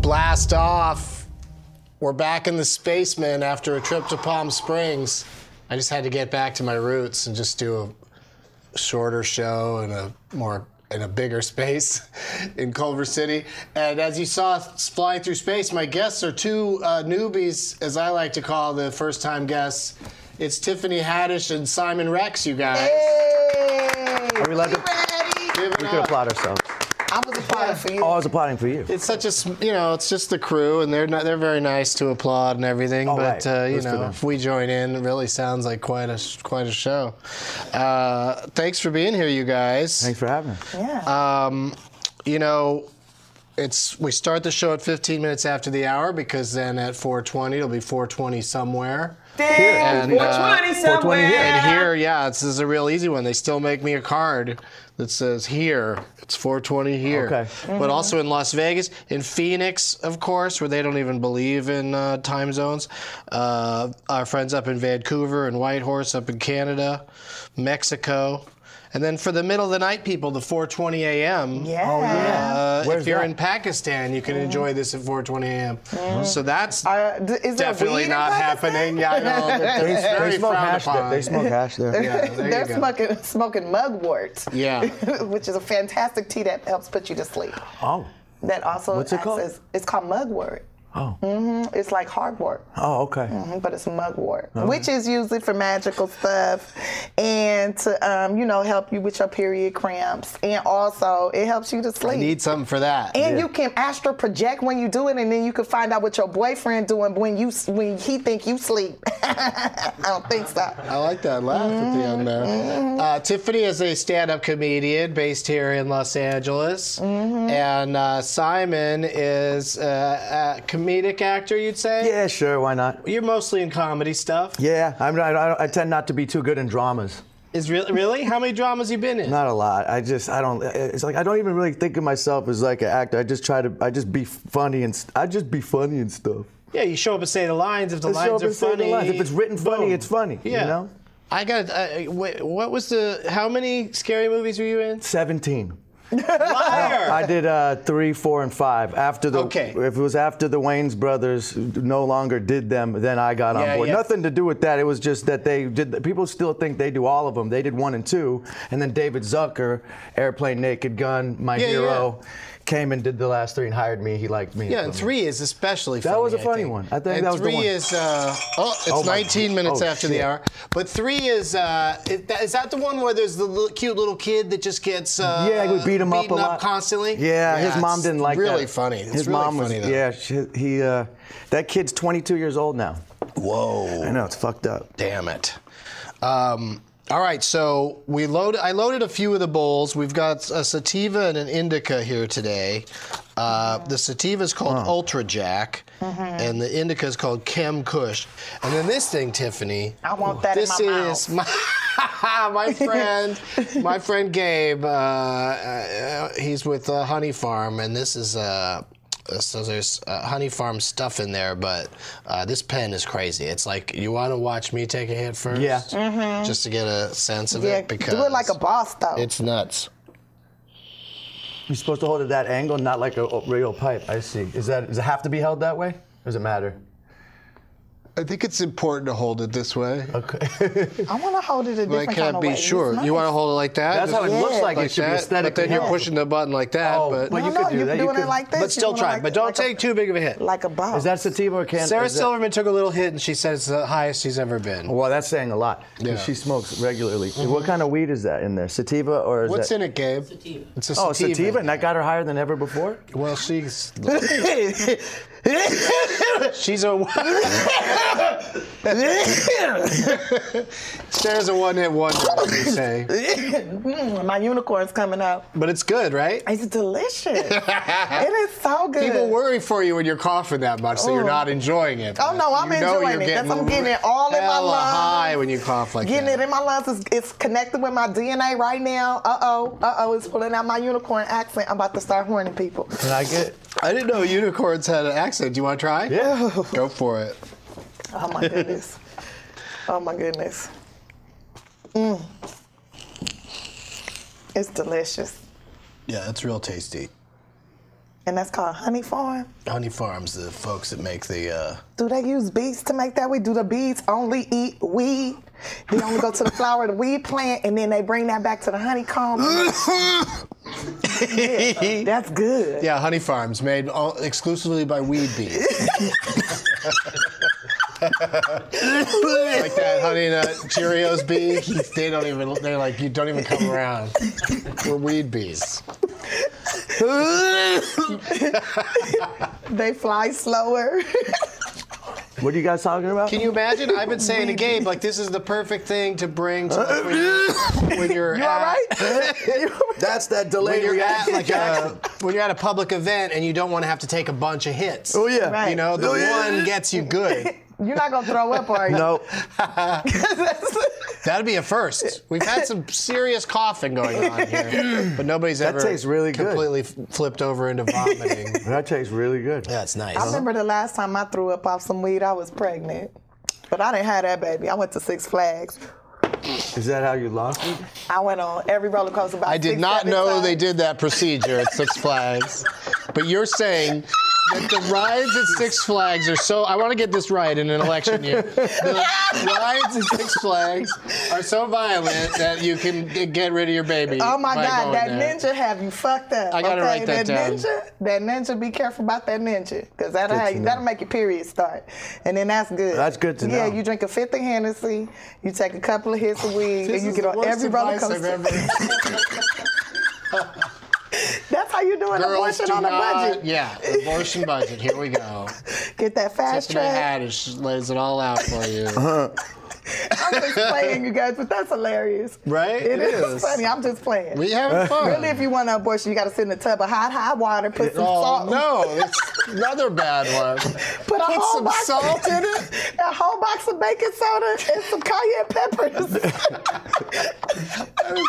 blast off. We're back in the spaceman after a trip to Palm Springs. I just had to get back to my roots and just do a shorter show in a more in a bigger space in Culver City. And as you saw s- flying through space, my guests are two uh, newbies, as I like to call the first time guests. It's Tiffany Haddish and Simon Rex, you guys. Are we allowed to? Give it We could up. applaud ourselves. I was applying for Oh, you. I was applauding for you. It's such a sm- you know, it's just the crew, and they're not, they're very nice to applaud and everything. Oh, but right. uh, It you was for know, them. if we join in, it really sounds like quite a sh- quite a show. Uh, thanks for being here, you guys. Um, Thanks for having us. Yeah. You know, it's we start the show at 15 minutes after the hour because then at 4:20 it'll be 4:20 somewhere. Here. And, uh, 420 somewhere. 420 here. And here, yeah, this is a real easy one. They still make me a card that says here. It's 420 here. Okay. Mm-hmm. But also in Las Vegas, in Phoenix, of course, where they don't even believe in uh, time zones. Uh, our friends up in Vancouver and Whitehorse up in Canada, Mexico. And then for the middle of the night people, the 4:20 a.m. yeah. Mm. Oh, yeah. Uh, if Where's you're that? in Pakistan, you can enjoy this at 4:20 a.m. So that's Uh, d- is there weed definitely in not Pakistan? happening. Yeah, I know. They, It's very they smoke frowned hash. There. upon. They smoke hash there. Yeah, there you They're go. smoking smoking mugwort, Yeah. which is a fantastic tea that helps put you to sleep. Oh. That also What's it acts called? as- it's called mugwort. Oh. Mm-hmm. It's like hardwort. Oh. Okay. but it's mugwort, Oh. which is usually for magical stuff and to, um, you know, help you with your period cramps. And also, it helps you to I sleep. need something for that. and you can astral project when you do it, and then you can find out what your boyfriend doing when you when he think you sleep. I don't think so. I like that laugh at the end there. Uh, Tiffany is a stand-up comedian based here in Los Angeles, and uh, Simon is uh, a comedic actor. You'd say. Yeah. Sure. Why not? You're mostly in comedy stuff. Yeah. I'm. not- I, don't- I tend not to be too good in dramas. Is re- really how many dramas you been in? Not a lot. I just. I don't. It's like I don't even really think of myself as like an actor. I just try to. I just be funny and. st- I just be funny and stuff. Yeah, you show up and say the lines. If the Just show lines up are and say the funny, lines. If it's written funny, boom. it's funny. Yeah. You know. I got. Uh, wait, what was the? How many scary movies were you in? Seventeen. Liar. I did uh, three, four, and five. After the Okay. if it was after the Wayne's brothers no longer did them, then I got Yeah, on board. yeah. Nothing to do with that. It was just that they did. People still think they do all of them. They did one and two, and then David Zucker, Airplane, Naked Gun, my Yeah, yeah, hero, came and did the last three and hired me. He liked me. Yeah, and three is especially That funny. was a I funny think. one. I think and that was the three one. is uh, oh, it's Oh my 19 God. minutes Oh, after the shit. hour. But three is uh, is that, is that the one where there's the little, cute little kid that just gets uh, Yeah, we beat him up a beaten lot. constantly. Yeah, his mom it's didn't like that. Really funny. It's his really mom funny was though. yeah. She, he uh, that kid's 22 years old now. Whoa. I know it's fucked up. Damn it. Um, all right, so we load. I loaded a few of the bowls. We've got a sativa and an indica here today. Uh, the sativa is called Ultra Jack, Mm-hmm. and the indica is called Chem Kush. And then this thing, Tiffany. I want that in this my mouth. is my, my friend, my friend Gabe. Uh, uh, he's with uh, Honey Farm, and this is. Uh, so there's uh, Honey Farm stuff in there, but uh, this pen is crazy. It's like you want to watch me take a hit first, Yeah. just to get a sense of Yeah, it because do it like a boss though. It's nuts. You're supposed to hold it that angle, not like a real pipe. I see. Is that does it have to be held that way? Or does it matter? I think it's important to hold it this way. Okay. I want to hold it a different Like, kind can't of be way. sure. It's You want to nice. hold it like that? That's how it Just looks like. like it should that, be aesthetic. but then you're pushing the button like that. Oh, but but No, you no, could do you're that. You doing it could- like this. but still You wanna try. like but it don't like take a, too big of a hit. like a boss. Is that sativa or can? Sarah is that- Silverman took a little hit, and she said it's the highest she's ever been. Well, that's saying a lot. 'cause Yeah. She smokes regularly. What kind of weed is that in there? Sativa or is What's that? in it, Gabe? Sativa. It's a sativa. Oh, sativa. and that got her higher than ever before. Well, she's she's a Sarah's a one-hit wonder, as they say. Mm, my unicorn's coming out. But it's good, right? It's delicious. it is so good. People worry for you when you're coughing that much, so you're Oh. not enjoying it. Oh, no, You I'm know enjoying you're it. That's- getting I'm getting it all in my hella lungs. high when you cough like Getting that. it in my lungs is it's connected with my DNA right now. Uh oh, uh oh, it's pulling out my unicorn accent. I'm about to start horning people. Can I get? I didn't know unicorns had an accent. Do you want to try? Yeah. Go for it. Oh my goodness. oh my goodness. Mm. It's delicious. Yeah, it's real tasty. and that's called Honey Farm. Honey Farms, the folks that make the. Uh, Do they use bees to make that weed? Do the bees only eat weed? They only go to the flower of the weed plant, and then they bring that back to the honeycomb. That's good. yeah, Honey Farms, made all, exclusively by weed bees. like that Honey Nut Cheerios bee. They don't even. They're like you don't even come around. We're weed bees. They fly slower. What are you guys talking about? Can you imagine? I've been saying to Gabe, like, this is the perfect thing to bring to like, when you're, when you're You all at, right? That's that when delayed you're at reaction. like a, when you're at a public event and you don't want to have to take a bunch of hits. oh yeah. Right. You know, the Oh, yeah. one gets you good. You're not gonna throw up, are you? No. That'd be a first. We've had some serious coughing going on here, but nobody's ever tastes really good. completely f- flipped over into vomiting. That tastes really good. That's nice. I remember the last time I threw up off some weed, I was pregnant. But I didn't have that baby. I went to Six Flags. Is that how you lost it? I went on every roller coaster. About I did six, not seven know times. they did that procedure at Six Flags. But you're saying that the rides at Six Flags are so I want to get this right in an election year. The rides at Six Flags are so violent that you can g- get rid of your baby. Oh my by God, going that there. ninja have you fucked up. I gotta okay? write that down. ninja, that ninja, be careful about that ninja, cause that'll Good have to you, know. that'll make your period start, and then that's good. That's good to Yeah, know. you drink a fifth of Hennessy, you take a couple of hits of weed, and you get on every roller coaster. That's how you do an Girls abortion do on a not, budget. yeah, abortion budget. Here we go. Get that fast Tiffany track. Haddish lays it all out for you. Uh-huh. I'm just playing, you guys, but that's hilarious. Right? It It is is. funny. I'm just playing. We having fun. Really, if you want an abortion, you got to sit in a tub of hot, hot water, put some Oh salt. no! It's another bad one. Put, a Put whole some box, salt in it? A whole box of baking soda and some cayenne peppers. That was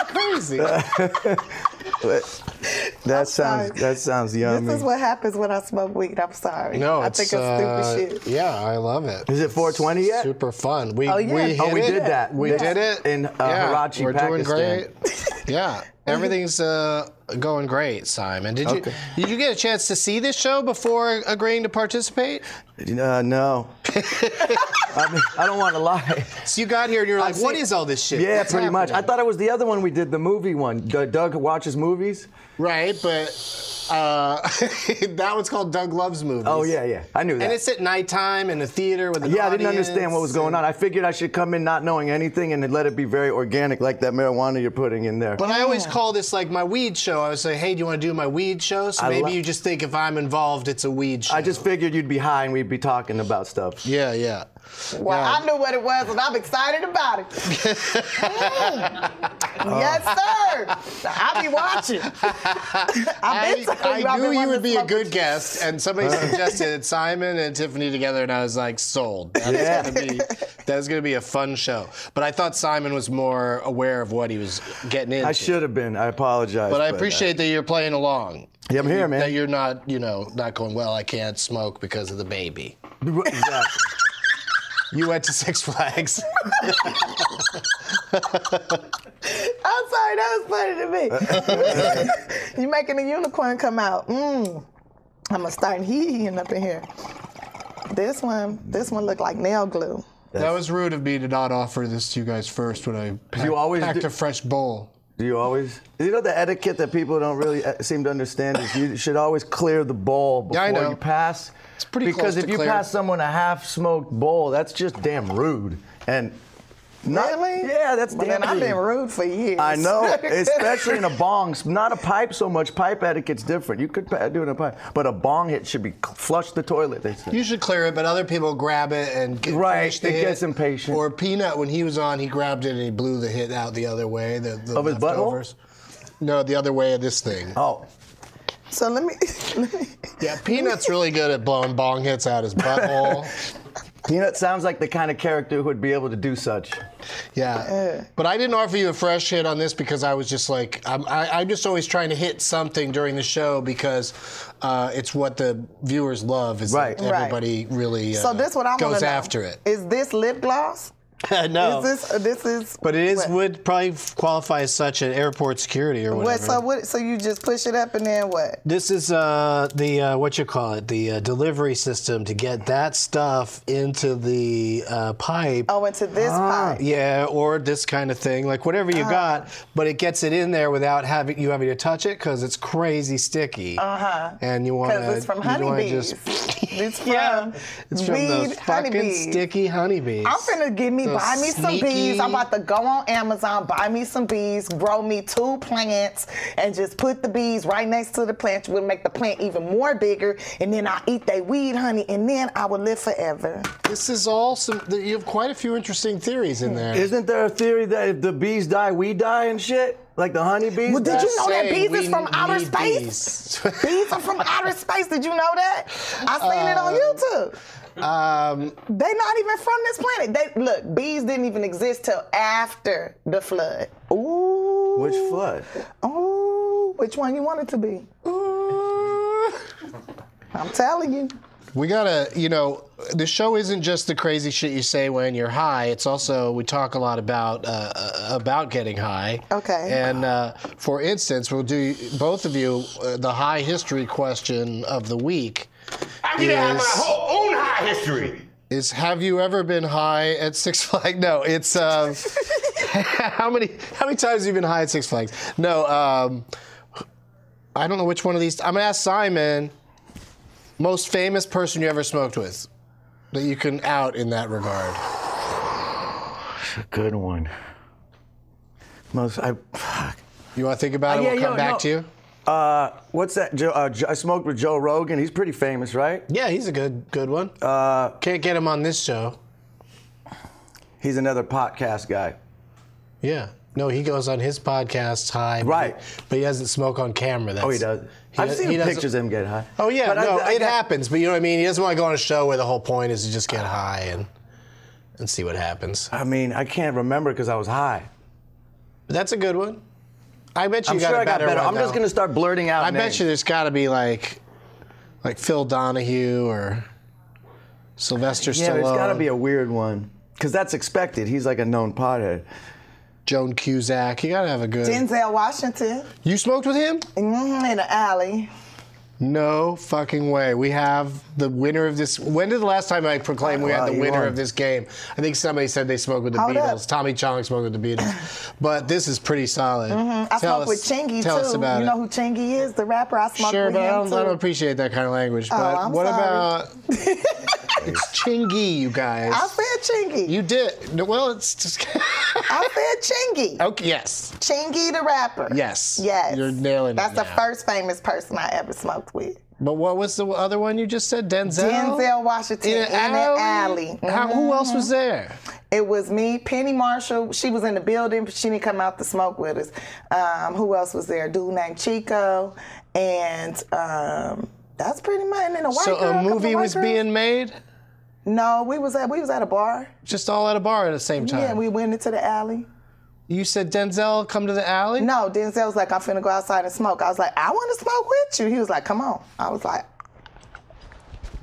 crazy. That sounds sorry. that sounds yummy. this is what happens when I smoke weed. I'm sorry. No, I it's, think of uh, stupid shit. Yeah, I love it. Is it 420 yet? Super fun. We Oh, yeah. we Oh, hit Oh, we it. did that. We That's did it in uh, Yeah, Karachi, We're Pakistan. doing great. yeah, everything's uh, going great, Simon. Did you Okay. did you get a chance to see this show before agreeing to participate? Uh, no. I, mean, I don't want to lie. So you got here and you're like, what seen- is all this shit? Yeah, What's pretty much. I happening?" thought it was the other one we did, the movie one. D- Doug watches movies. right, but uh, that one's called Doug Loves Movies. Oh yeah, yeah. I knew that. And it's at nighttime in a theater with an yeah, I didn't understand what was audience. going on. I figured I should come in not knowing anything and then let it be very organic, like that marijuana you're putting in there. But I always call this like my weed show. I would say, hey, do you want to do my weed show? So I maybe lo- you just think if I'm involved, it's a weed show. I just figured you'd be high and we'd be talking about stuff. Yeah, yeah. Well, yeah. I knew what it was, and I'm excited about it. Mm. Uh. Yes, sir. I'll be watching. I've been telling you, I I've knew been you would be a wanting to good guest, and somebody suggested Simon and Tiffany together, and I was like, sold. That's Yeah. gonna be that's gonna be a fun show. But I thought Simon was more aware of what he was getting into. I should have been. I apologize. But I uh, appreciate that you're playing along. Yeah, I'm here, That man. you're not, you know, not going well. I can't smoke because of the baby. Exactly. You went to Six Flags. I'm sorry, that was funny to me. you making a unicorn come out. Mmm. I'm gonna start heating up in here. This one, this one looked like nail glue. That was rude of me to not offer this to you guys first when I packed, always packed do- a fresh bowl. Do you always? You know the etiquette that people don't really uh, seem to understand is you should always clear the bowl Yeah, I before know. you pass. It's pretty because close if to you clear. pass someone a half-smoked bowl, that's just damn rude and not. Really? Yeah, that's But damn then I've rude. been rude for years. I know, especially in a bong. s- Not a pipe so much. Pipe etiquette's different. You could pa- do it in a pipe, but a bong hit should be cl- flush the toilet. They say. You should clear it, but other people grab it and get Right, finish the it hit. gets impatient. Or Peanut, when he was on, he grabbed it and he blew the hit out the other way. The, the Of his butthole? leftovers. No, the other way of this thing. oh, So let me, let me. Yeah, Peanut's really good at blowing bong hits out his butthole. Peanut sounds like the kind of character who would be able to do such. yeah, Eh. but I didn't offer you a fresh hit on this because I was just like, I'm, I, I'm just always trying to hit something during the show because uh, it's what the viewers love. Is that Right. Right. everybody really uh, So this what I want to goes know. after it. Is this lip gloss? no. Is this uh, this is but it is what? would probably f- qualify as such an airport security or What whatever. so what so you just push it up and then what? This is uh, the uh, what you call it, the uh, delivery system to get that stuff into the uh, pipe. Oh, into this Ah. pipe. Yeah, or this kind of thing, like whatever Uh-huh. you got, but it gets it in there without having you having to touch it because it's crazy sticky. Uh huh. And you want to. Because Uh-huh. it's from honeybees. It's from yeah, it's from those weed fucking honeybees. sticky honeybees. I'm finna give me, Those buy me some bees. sneaky- I'm about to go on Amazon, buy me some bees, grow me two plants, and just put the bees right next to the plant. We'll make the plant even more bigger, and then I'll eat they weed honey, and then I will live forever. This is all some. th- You have quite a few interesting theories Hmm. in there. Isn't there a theory that if the bees die, we die and shit? Like the honeybees? Well, did die? you know that Saying bees is we from outer need space? bees. bees are from outer space. Did you know that? I seen it on Uh, YouTube. Um, They not even from this planet. They look, bees didn't even exist till after the flood. Ooh. Which flood? Ooh, which one you want it to be? I'm telling you. We gotta, you know, the show isn't just the crazy shit you say when you're high. It's also we talk a lot about uh, uh, about getting high. Okay. And uh, for instance, we'll do both of you uh, the high history question of the week I need to have my Yes. whole own high history. is Have you ever been high at Six Flags? No, it's uh, how many how many times have you been high at Six Flags? No, um, I don't know which one of these. I'm gonna ask Simon. Most famous person you ever smoked with that you can out in that regard. Good one. Most I. Fuck. You want to think about Uh, it? yeah, we'll come yeah, back no. to you. Uh, what's that? Joe, uh, Jo- I smoked with Joe Rogan. He's pretty famous, right? Yeah, he's a good good one. Uh, Can't get him on this show. He's another podcast guy. Yeah. No, he goes on his podcast high. but- Right. But he doesn't smoke on camera. That's, Oh, he does. I've does- seen he doesn't- pictures of him get high. Oh yeah, But I- no, I it got- happens. But you know what I mean. He doesn't want to go on a show where the whole point is to just get high and and see what happens. I mean, I can't remember because I was high. But that's a good one. I bet you I'm got sure a I got better better. one. I'm just though. gonna start blurting out. I bet names. you there's got to be like like Phil Donahue or Sylvester Yeah, Stallone, there's got to be a weird one because that's expected. He's like a known pothead. Joan Cusack. You got to have a good. Denzel Washington you smoked with him? mm, in the alley. No fucking way. We have the winner of this. When did the last time I proclaimed we Wow, had the you winner won. of this game? I think somebody said they smoked with the Hold Beatles. up. Tommy Chong smoked with the Beatles. but this is pretty solid. Mm-hmm. I Tell smoked with us- Chingy Tell too. us about you know who Chingy is, the rapper. I it. smoked Sure, with but I him don't, too. Oh, I don't appreciate that kind of language. but I'm what sorry. about. it's Chingy, you guys. I said Chingy. you did. no, Well, it's just. I said Chingy. okay, yes. Chingy the rapper. Oh. Yes. Yes. You're nailing it That's the now. first famous person I ever smoked with. But what was the other one you just said? Denzel? Denzel Washington In in, an the alley? alley. Mm-hmm. How, who else was there? It was me, Penny Marshall. She was in the building, but she didn't come out to smoke with us. Um, who else was there? A dude named Chico, and um, that's pretty much. And then a white so girl, a couple movie white was girls. being made? No, we was at we was at a bar. just all at a bar at the same time. Yeah, we went into the alley. you said Denzel come to the alley. No, Denzel was like, "I'm finna go outside and smoke." I was like, "I want to smoke with you." He was like, "Come on." I was like,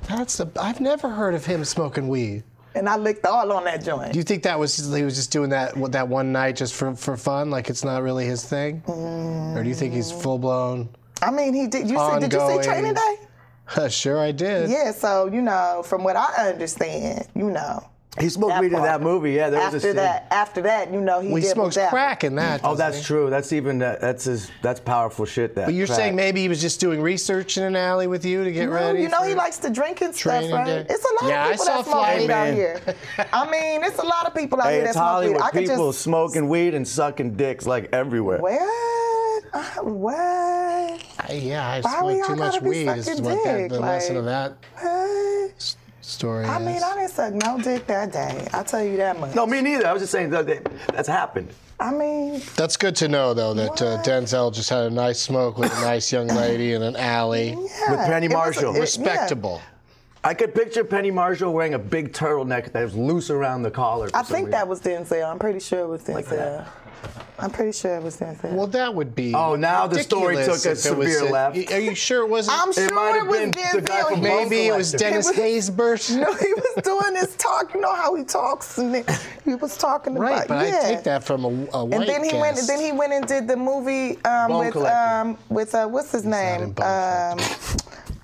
that's the. I've never heard of him smoking weed. and I licked all on that joint. Do you think that was he was just doing that what, that one night just for for fun? Like it's not really his thing, or do you think he's full blown? I mean, he did. You see, did you see Ongoing. Training Day? sure, I did. Yeah. So you know, from what I understand, you know. He smoked That weed in part. that movie. Yeah, there was a after scene. that, after that, you know, he Well, he did smokes was out. crack in that. Oh, doesn't he? that's true. That's even that, that's his, that's powerful shit. That But you're crack. saying maybe he was just doing research in an alley with you to get No, ready. you know, he for- likes to drink and stuff, Training right? Day. It's a lot Yeah, I of people saw that smoke Fly weed out Man. here. I mean, it's a lot of people out Hey, here that it's smoke weed. Hollywood. I could People just smoking weed and sucking dicks like everywhere. what? Uh, What? I- yeah, I Why we smoked too all much gotta be weed. Is sucking what that, dick? the lesson of that What? story I mean, is. I didn't suck no dick that day. I tell you that much. No, me neither. I was just saying that, that that's happened. I mean, That's good to know, though, that uh, What? Denzel just had a nice smoke with a nice young lady in an alley. yeah, Penny it was a- Marshall. it- yeah. Respectable. I could picture Penny Marshall wearing a big turtleneck that was loose around the collar. for I some think that reason. was Denzel. I'm pretty sure it was Denzel. I'm pretty sure it was Denzel. Well, that would be. Oh, now the story ridiculous took a if it was severe a- left. Are you sure it wasn't? I'm sure might it have was been the guy Denzel. from He- Bone Maybe it was Collector. Dennis It was- Haysbert. No, he was doing his talk. You know how he talks, and it- he was talking Right, about but yeah. I take that from a, a white And then he went. guest. Then he went and did the movie um, Bone with Collector. um, with uh, what's his in name? Bone Um,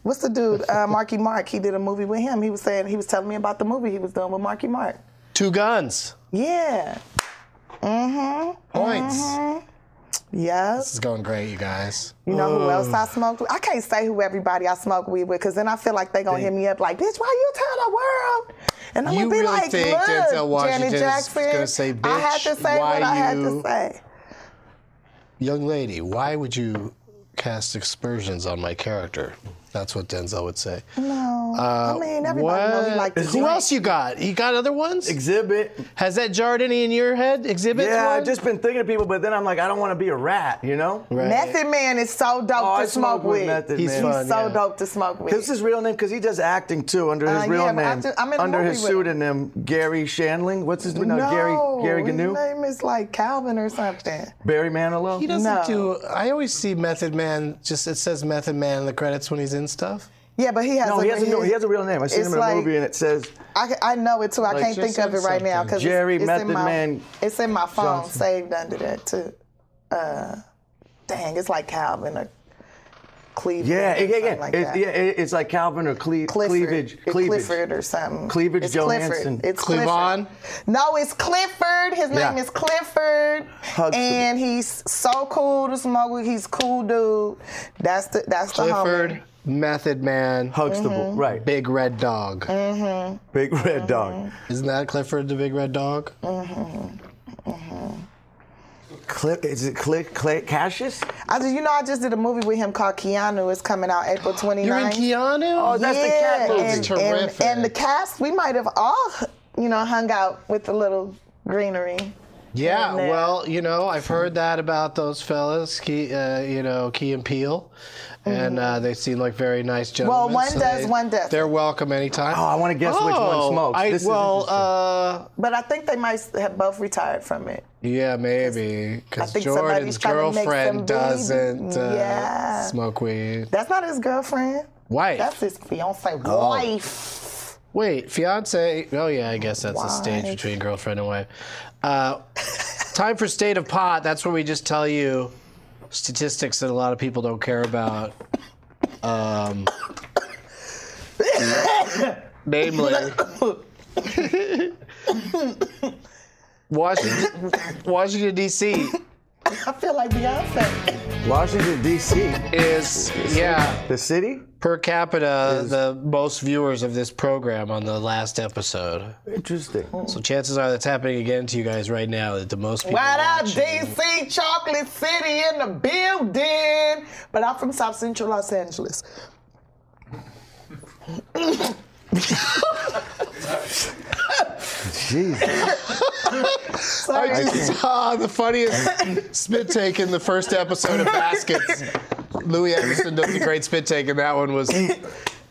what's the dude? Uh, Marky Mark. He did a movie with him. He was saying he was telling me about the movie he was doing with Marky Mark. Two guns. Yeah. Points. Mm-hmm. Yes. This is going great, you guys. You know who else I smoked with? I can't say who everybody I smoke weed with because then I feel like they gonna hit me up like, bitch, why you tell the world? And I'm You gonna be really like, think look, Denzel Washington Janet is Jackson, gonna say, I had to "Bitch, say why what I had you-" to say. Young lady, why would you cast aspersions on my character? That's what Denzel would say. No, Uh, I mean everybody knows what- he like to Who drink. else you got? You got other ones? Exhibit. Has that jarred any in your head? Exhibit? Yeah, one? I've just been thinking of people, but then I'm like, I don't want to be a rat, you know? Right. Method Man is so dope Oh, I to smoke, smoke with with. Method He's Man. fun. He's so yeah. dope to smoke with. This is his real name because he does acting too under his Uh, real yeah, but I name. ju- I'm in a under movie his with pseudonym Gary Shandling. What's his no, no, Gary Gary his Ganu? name is like Calvin or something. Barry Manilow. He doesn't No. do. I always see Method Man. Just it says Method Man in the credits when he's in stuff. Yeah, but he has. no, a, he has, a, no, his- he has a real name. I seen it's him in a like- movie and it says I, I know it too. I Like, can't just think of said it right now because Jerry it's, Method in my, Man It's in my phone Johnson. saved under that too. Uh, dang, it's like Calvin or Cleveland. Yeah, or yeah, yeah. something Like It- that. yeah, it- it's like Calvin or cle- Clifford, cleavage. It's Cleavage. Clifford or something. Cleavage it's Johansson. Clifford. It's Cleavon? Clifford. No, it's Clifford. His Yeah. name is Clifford, Hugs to and he's so cool to smoke with. He's cool dude. That's the that's the homie. Clifford, Method Man, Huxtable, right? Big, Big Red Dog. Eh. red dog. Isn't that Clifford the Big Red Dog? Mm, Clip, is it Click Clay Cassius? I just, you know, I just did a movie with him called Keanu. It's coming out April 29th. You're in Keanu. Oh, that's the yeah, cat movie. and, That's and- terrific. And, the cast, we might have all, you know, hung out with the little greenery. yeah. in there. Well, you know, I've heard that about those fellas. Key, uh, you know, Key and Peele, Mm-hmm. and uh, they seem like very nice gentlemen. Well, one does, they- one doesn't. They're welcome anytime. Oh, I wanna guess which one Oh, smokes. I, This is well, interesting. uh, But I think they might have both retired from it. yeah, maybe because think Jordan's somebody's trying to make some girlfriend baby. doesn't uh, Yeah. smoke weed. That's not his girlfriend. Wife. That's his fiance Oh. wife. Wait, fiance. Oh yeah, I guess that's a stage Wife. between girlfriend and wife. Uh, time for state of pot. That's where we just tell you statistics that a lot of people don't care about. Um, namely, Washington, Washington D.C. I feel like Beyonce. uh, Washington D.C. is yeah The city? per capita the most viewers of this program on the last episode. Interesting. So chances are that's happening again to you guys right now. That the most people. Right out watching- DC, Chocolate City in the building. But I'm from South Central Los Angeles. Jesus. Sorry. I just saw Oh, the funniest spit take in the first episode of Baskets. Louis Anderson does a great spit take, and that one was a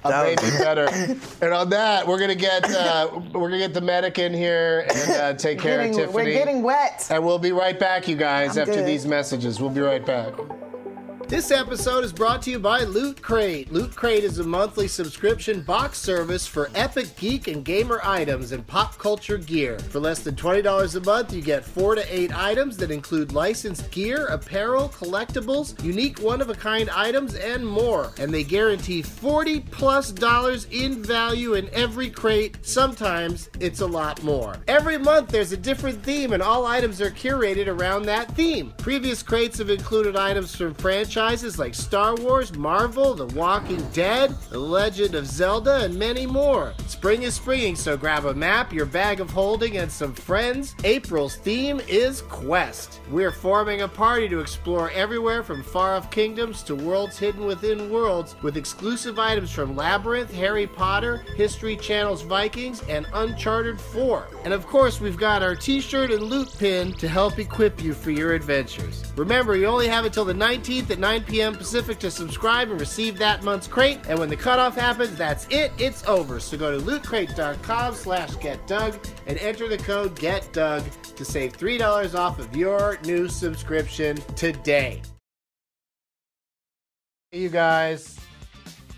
was- baby better. And on that, we're gonna get uh, we're gonna get the medic in here and uh, take care Getting- of Tiffany. we're getting wet. And we'll be right back, you guys, I'm after good. these messages. We'll be right back. This episode is brought to you by Loot Crate. Loot Crate is a monthly subscription box service for epic geek and gamer items and pop culture gear. For less than $20 a month, you get four to eight items that include licensed gear, apparel, collectibles, unique one of a kind items, and more. And they guarantee 40 plus dollars in value in every crate. Sometimes it's a lot more. Every month there's a different theme, and all items are curated around that theme. Previous crates have included items from franchises like Star Wars, Marvel, The Walking Dead, The Legend of Zelda, and many more. Spring is springing, so grab a map, your bag of holding, and some friends. April's theme is Quest. We're forming a party to explore everywhere from far off kingdoms to worlds hidden within worlds with exclusive items from Labyrinth, Harry Potter, History Channel's Vikings, and Uncharted 4. And of course, we've got our t shirt and loot pin to help equip you for your adventures. Remember, you only have until the 19th at 9 9 p.m. Pacific to subscribe and receive that month's crate. And when the cutoff happens, that's it. It's over. So go to lootcrate.com slash getdug and enter the code GetDug to save $3 off of your new subscription today. Hey, you guys.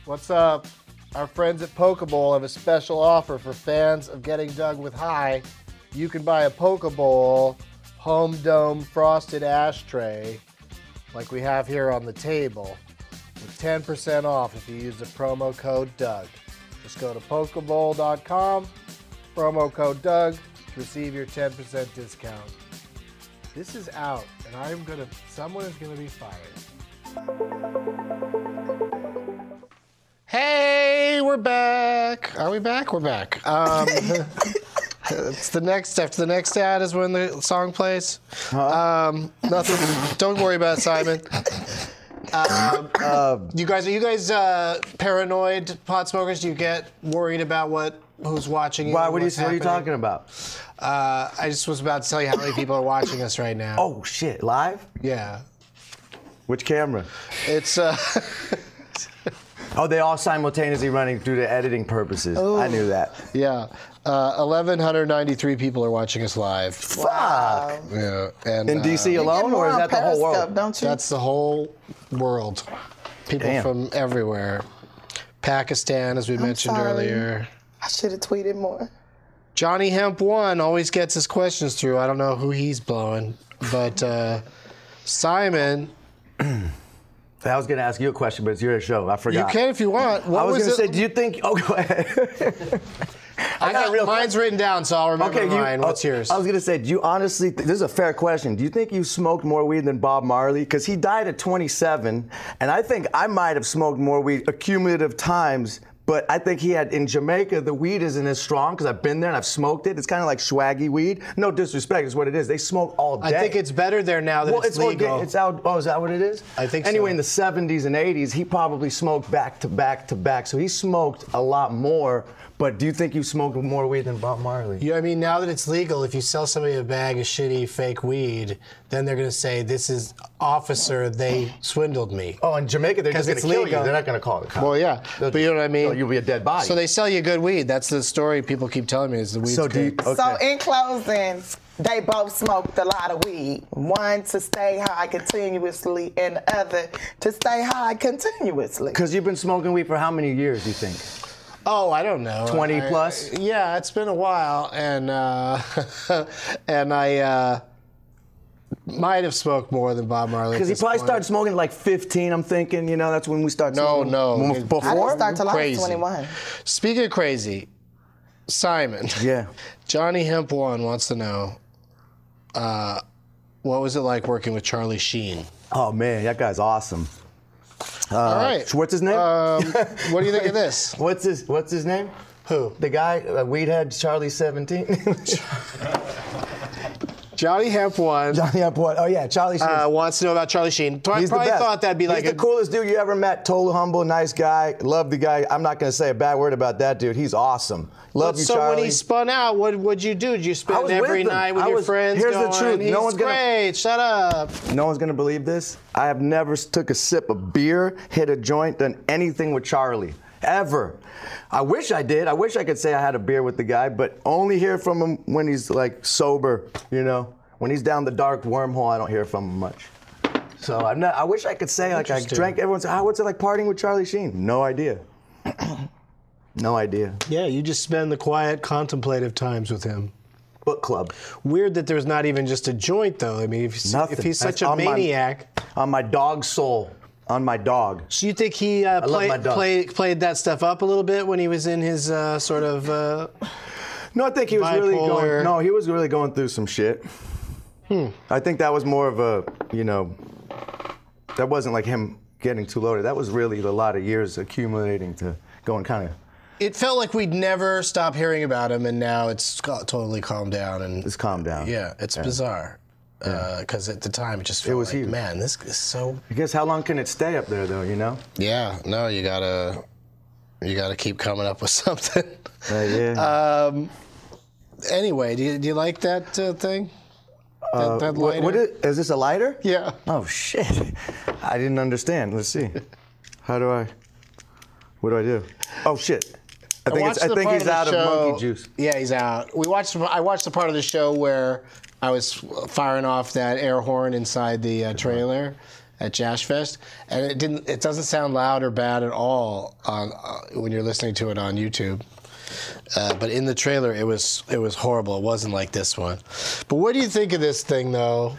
What's up? Our friends at Pokeball have a special offer for fans of Getting Dug with High. You can buy a Pokeball home dome frosted ashtray like we have here on the table with 10% off if you use the promo code Doug. Just go to pokeball.com, promo code Doug to receive your 10% discount. This is out, and I'm gonna, someone is gonna be fired. Hey, we're back. Are we back? We're back. Um, it's the next after the next ad is when the song plays. Um, nothing. don't worry about it, Simon. Um, you guys, are you guys uh, paranoid pot smokers? Do you get worried about what who's watching you? Why? and What are you, what's what are you talking happening? about? Uh, I just was about to tell you how many people are watching us right now. Oh shit! Live? yeah, Which camera? it's. Uh, Oh, they all simultaneously running due to editing purposes. I knew that. Yeah, uh, 1,193 people are watching us live. Fuck. Yeah, and In uh, DC alone, Get more or is on that the whole Periscope, world? Don't you? That's the whole world. People Damn. from everywhere. Pakistan, as we mentioned sorry. earlier. I should have tweeted more. Johnny Hemp One always gets his questions through. I don't know who he's blowing, but uh, Simon, I was gonna ask you a question, but it's your show. I you forgot. can if you want. What I was, gonna it? say, do you think? Oh, go ahead. I got got real- mine's written down, so I'll remember okay, you, mine. What's oh, yours? I was gonna say, do you honestly? Th- this is a fair question. Do you think you smoked more weed than Bob Marley? Because he died at 27, and I think I might have smoked more weed accumulative times. But I think he had in Jamaica the weed isn't as strong because I've been there and I've smoked it. It's kind of like swaggy weed. No disrespect, is what it is. They smoke all day. I think it's better there now that Well, it's, it's, legal. orga- it's out. Oh, is that what it is? I think so. Anyway, in the 70s and 80s, he probably smoked back to back to back. So he smoked a lot more. But do you think you smoked more weed than Bob Marley? You know what I mean? Now that it's legal, if you sell somebody a bag of shitty fake weed, then they're gonna say, This is officer, they swindled me. Oh, in Jamaica, they're 'Cause just gonna it's kill legal. you. They're not gonna call the cops. Well, yeah, They'll but you know what I mean? No, you'll be a dead body. So they sell you good weed. That's the story people keep telling me is the weed's So do you, good. okay. So in closing, they both smoked a lot of weed. One to stay high continuously, and the other to stay high continuously. because you've been smoking weed for how many years? You think? Oh, I don't know. 20 I- plus? yeah, it's been a while, and uh, and I uh, might have smoked more than Bob Marley. at Because he this probably point. started smoking at like 15. I'm thinking, you know, that's when we start. No, smoking. no. When we- It- I Before. didn't start till I was Crazy. 21. Speaking of crazy, Simon. yeah. Johnny Hemp One wants to know, uh, what was it like working with Charlie Sheen? Oh man, that guy's awesome. Uh, All right, What's his name? Um, what do you think of this? What's his What's his name? Who? The guy, uh, Weedhead Charlie 17. Johnny Hemp One Johnny Up What? Oh, yeah, Charlie. uh, wants to know about Charlie Sheen. I He's probably the best. thought that'd be like He's a the coolest dude you ever met. Total humble, nice guy. Love the guy. I'm not going to say a bad word about that dude. He's awesome. Love you, so Charlie. when he spun out, what would you do? Did you I spend was every with him. night with I your was- friends? here's the going, truth. No He's one's gonna- great. Shut up. No one's gonna believe this. I have never s- took a sip of beer, hit a joint, done anything with Charlie. Ever. I wish I did. I wish I could say I had a beer with the guy, but only hear from him when he's like sober, you know? When he's down the dark wormhole, I don't hear from him much. So I'm not, I wish I could say like I Interesting. drank. Everyone's like, oh, what's it like partying with Charlie Sheen? No idea. no idea. Yeah, you just spend the quiet, contemplative times with him. Book club. Weird that there's not even just a joint, though. I mean, if, he's- Nothing. if he's such That's a on my- maniac, On my dog's soul. On my dog. do you think he uh, love play, my dog. play- played that stuff up a little bit when he was in his uh, sort of? Uh, No, I think he was really Bipolar. going. No, he was really going through some shit. I think that was more of a, you know, that wasn't like him getting too loaded. That was really a lot of years accumulating to going kind of. it felt like we'd never stop hearing about him, and now it's got- totally calmed down. And Just calm down. yeah, it's bizarre. Because at the time, it just felt was like, huge. man, this is so I guess how long can it stay up there though? You know. Yeah, no, you gotta you gotta keep coming up with something. Uh, yeah. Uh, Um, anyway, do you, do you like that uh, thing? Uh, that what- what lighter? is, is this a lighter? Yeah. Oh shit! I didn't understand. Let's see. How do I? What do I do? Oh shit! I think, it's, watched I the think part he's the out of show- monkey juice. Yeah, he's out. We watched. I watched the part of the show where I was firing off that air horn inside the uh, trailer at Jash Fest, and it didn't. It doesn't sound loud or bad at all on uh, when you're listening to it on YouTube. Uh, but in the trailer, it was it was horrible. It wasn't like this one. But what do you think of this thing though?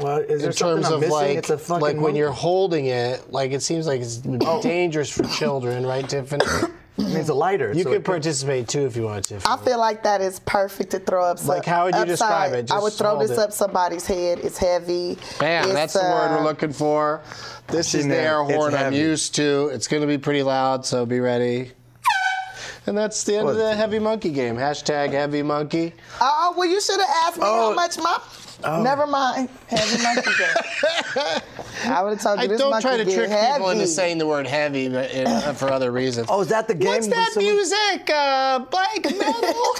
Well, is in terms of like, like when you're holding it, like it seems like it's dangerous for children, right, Tiffany? I mean, it's a lighter. You so could it could- participate too if you want to. I feel like that is perfect to throw up. Like, how would you describe it? I would Just throw hold this it. up somebody's head. It's heavy. Bam, It's, that's the word uh, we're looking for. This is the know, air it's horn I'm heavy. used to. It's going to be pretty loud, so be ready. And that's the end of Well, the Heavy Monkey game. Hashtag Heavy Monkey. Oh, well, you should have asked me Oh. how much my. Oh. Never mind. Heavy monkey game. I would have told you I this don't monkey try to get trick heavy. people into saying the word heavy but, uh, for other reasons. Oh, is that the game? What's when that someone- music? Uh, black metal?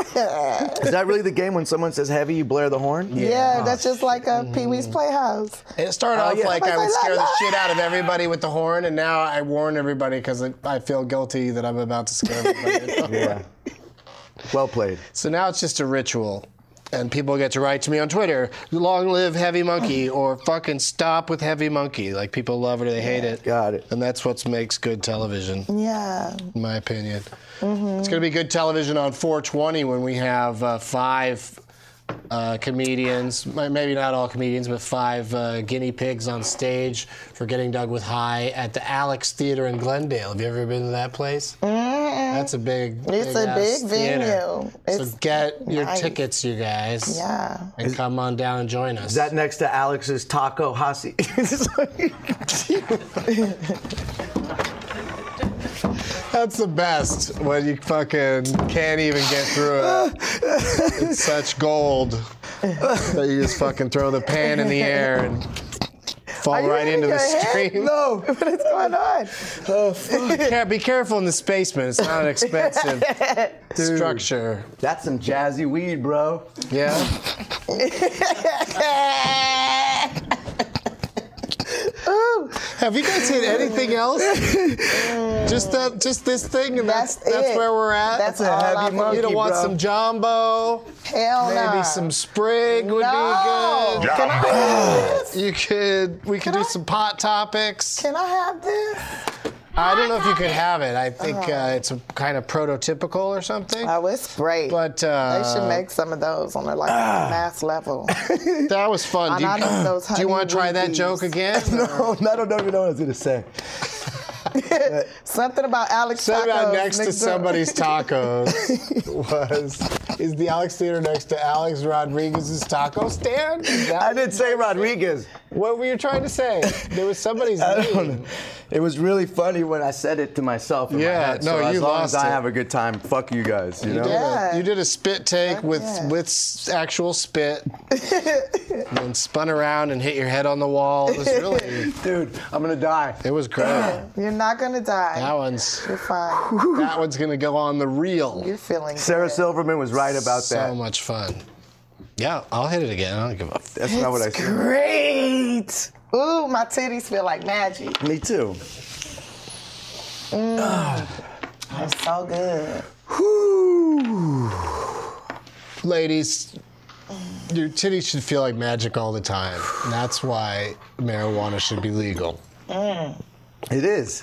Is that really the game when someone says heavy, you blare the horn? Yeah, that's Oh, just like a Pee Wee's Mm. Playhouse. It started off yeah. like Oh my I would God, scare the no. shit out of everybody with the horn, and now I warn everybody because I, I feel guilty that I'm about to scare everybody. Yeah. Well played. so now it's just a ritual. And people get to write to me on Twitter, long live Heavy Monkey, or fucking stop with Heavy Monkey. Like people love it or they hate it. got it. And that's what makes good television, Yeah. in my opinion. It's going to be good television on 420 when we have uh, five uh, comedians, m- maybe not all comedians, but five uh, guinea pigs on stage for Getting Dug with High at the Alex Theater in Glendale. Have you ever been to that place? That's a big. It's a big-ass big theater. venue. It's so get your nice. tickets, you guys. Yeah. And come on down and join us. Is that next to Alex's taco hasi? That's the best when you fucking can't even get through it. It's such gold that you just fucking throw the pan in the air and fall you right hitting into the your head? stream. no. What is going on? Yeah, be careful in this basement. It's not an expensive structure. That's some jazzy weed, bro. Yeah. Have you guys hit anything else? just that, just this thing, and that's That's that's, it. where we're at. That's That's a all heavy I can monkey, You don't want bro. some jumbo? Hell Maybe nah. some sprig would No. be good. Can I have this? You could, we could Can do I- some pot topics. Can I have this? I don't know if you could have it. I think uh, it's a kind of prototypical or something. Oh, it's great. But they uh, Ah. should make some of those on a like mass level. that was fun. Do I love those you, do you want honey to try that Wheaties. joke again? No, I don't know if you know what I was gonna say. Something about Alex Something about tacos next to McDo- somebody's tacos was is the Alex Theater next to Alex Rodriguez's taco stand? Is that- I didn't say Rodriguez. What were you trying to say? There was somebody's I don't name. know. It was really funny when I said it to myself. In Yeah, my head. no, so you as long lost as I it. have a good time, fuck you guys. You know. You did, Yeah. a, you did a spit take with yeah. with s- actual spit, and then spun around and hit your head on the wall. It was really, Dude, I'm gonna die. it was great. You're not gonna die. That one's You're fine. that one's gonna go on the reel. You're feeling Sarah good. Silverman was right about so that. much fun. Yeah, I'll hit it again. I don't give a. F- That's not what I said. Great. Ooh, my titties feel like magic. Me too. It's so good. Whew. ladies, your titties should feel like magic all the time. And that's why marijuana should be legal. It is.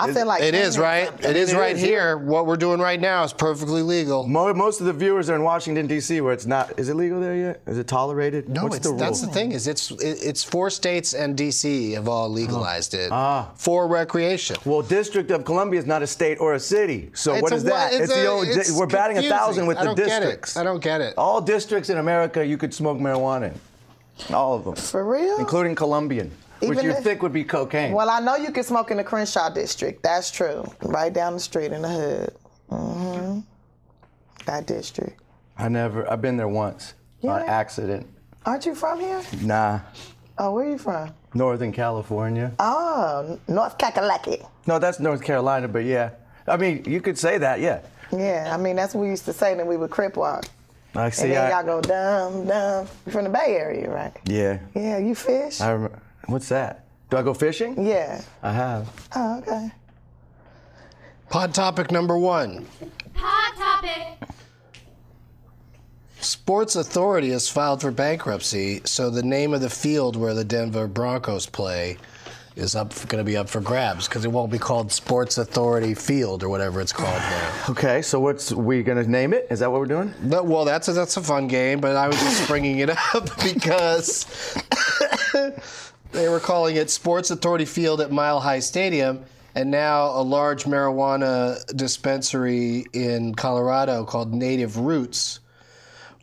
I feel like It is eating right. something. It is It right is, here. What we're doing right now is perfectly legal. Mo- Most of the viewers are in Washington D.C., where it's not. Is it legal there yet? Is it tolerated? No, What's it's, the rule? that's the thing is it's it, it's four states and D.C. have all legalized it Ah. for recreation. Well, District of Columbia is not a state or a city. So It's what a is wa- that? it's the a- old. it's we're batting a confusing. thousand with I the don't get it. districts. Oh. I don't get it. All districts in America, you could smoke marijuana. in. All of them, For real? including Colombian, which Even you if- think would be cocaine. well, I know you can smoke in the Crenshaw district. That's true. Right down the street in the hood. hmm That district. I never. I've been there once by Yeah. accident. Aren't you from here? Nah, Oh, where you from? Northern California. Oh, North Kakalaki. no, that's North Carolina, but yeah. I mean, you could say that, yeah. Yeah, I mean that's what we used to say that we would crip walk. I see. and then I- y'all go dumb, dumb. You're from the Bay Area, right? yeah. Yeah, you fish? I remember. What's that? Do I go fishing? yeah. I have. Oh, okay. Pod topic number one. Hot topic. Sports Authority has filed for bankruptcy, so the name of the field where the Denver Broncos play is up going to be up for grabs because it won't be called Sports Authority Field or whatever it's called now. Okay, so what's we gonna name it? Is that what we're doing? But, well, that's a, that's a fun game, but I was just bringing it up because they were calling it Sports Authority Field at Mile High Stadium, and now a large marijuana dispensary in Colorado called Native Roots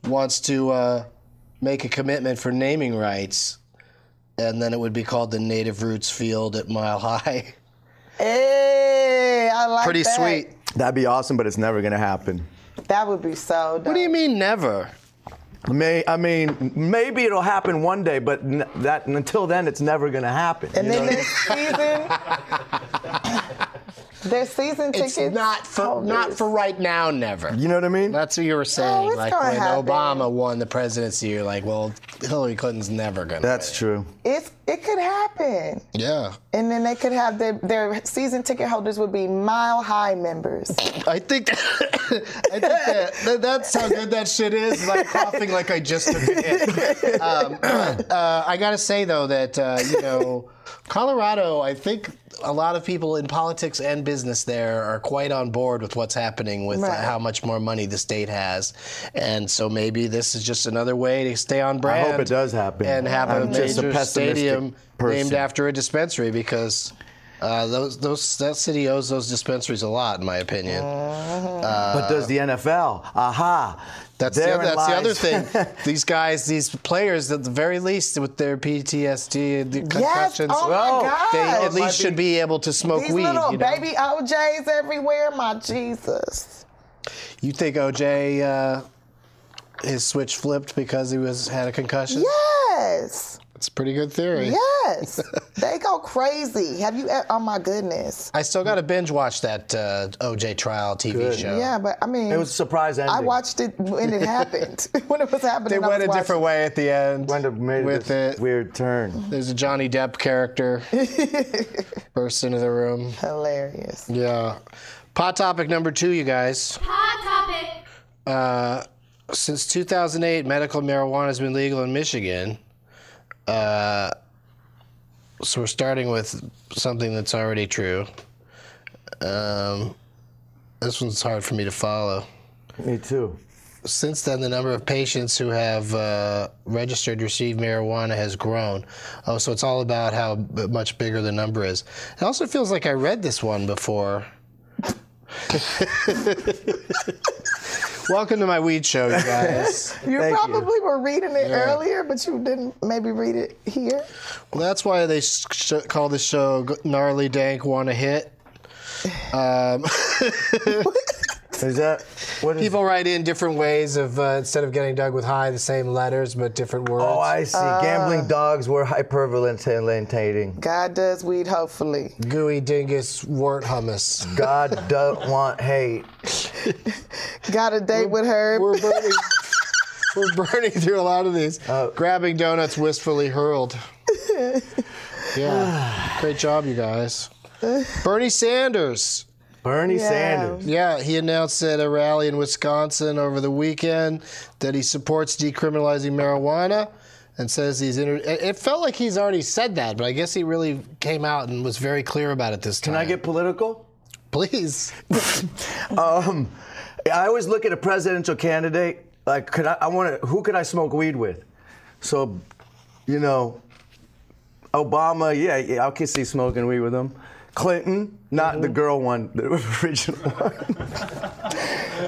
wants to uh, make a commitment for naming rights, and then it would be called the Native Roots Field at Mile High. Hey, I like Pretty that. sweet. That'd be awesome, but it's never gonna happen. That would be so dope. What do you mean never? May I mean maybe it'll happen one day, but n- that until then it's never gonna happen. And then their season, their season It's tickets. not for not for right now. Never. you know what I mean? That's what you were saying. Oh, it's like gonna when happen. Obama won the presidency, you're like, well, Hillary Clinton's never gonna. That's true. It's it could happen, win. Yeah. and then they could have their their season ticket holders would be mile high members. I think, I think that, that- that's how good that shit is. is I'm coughing like I just took a hit. Um, uh, I gotta say though that uh, you know, Colorado. I think a lot of people in politics and business there are quite on board with what's happening with uh, Right. how much more money the state has, and so maybe this is just another way to stay on brand. I hope it does happen. And have a I'm just a major pessimistic stadium person. named after a dispensary because. Uh, those, those, that city owes those dispensaries a lot, in my opinion. but does the NFL? Aha. That's, the, Therein that's the other lies- thing. these guys, these players, at the very least, with their PTSD, the Yes. concussions, Oh Well, my God. they at least should be able to smoke These weed. little you, know? baby OJs everywhere. My Jesus. you think OJ, uh, his switch flipped because he was had a concussion? Yes. It's a pretty good theory. Yes. they go crazy. Have you? e- Oh my goodness. I still got to binge watch that uh, OJ trial TV show. Yeah, but I mean, It was a surprise ending. I watched it when it happened. when it was happening, They I went a was different way at the end. Kind of made with this it. weird turn. There's a Johnny Depp character bursts into the room. watching. Hilarious. Yeah. Pot topic number two, you guys. Hot topic. Since 2008, medical marijuana has been legal in Michigan. Uh, so we're starting with something that's already true. Um, this one's hard for me to follow. Me too. Since then, the number of patients who have uh, registered received marijuana has grown. Oh, so it's all about how b- much bigger the number is. It also feels like I read this one before. Welcome to my weed show, you guys. You Thank you. probably were reading it earlier, but you didn't maybe read it here. Well, that's why they sh- sh- call the show G- "Gnarly Dank Want a Hit." Is that what is People write in different ways of uh, instead of getting dug with high, the same letters but different words. Oh, I see. Gambling dogs were hyperventilating. God does weed, hopefully. Gooey dingus wart hummus. God don't want hate. Got a date with her. We're burning. we're burning through a lot of these. Uh, Grabbing donuts wistfully hurled. yeah, great job, you guys. Bernie Sanders. Bernie Yeah. Sanders. Yeah, he announced at a rally in Wisconsin over the weekend that he supports decriminalizing marijuana and says he's inter- it it felt like he's already said that, but I guess he really came out and was very clear about it this time. Can I get political? please? Um, I always look at a presidential candidate like, could I, I want to? Who could I smoke weed with? So, you know, Obama. Yeah, yeah I could see smoking weed with him. Clinton, not the Mm-hmm. girl one, the original one.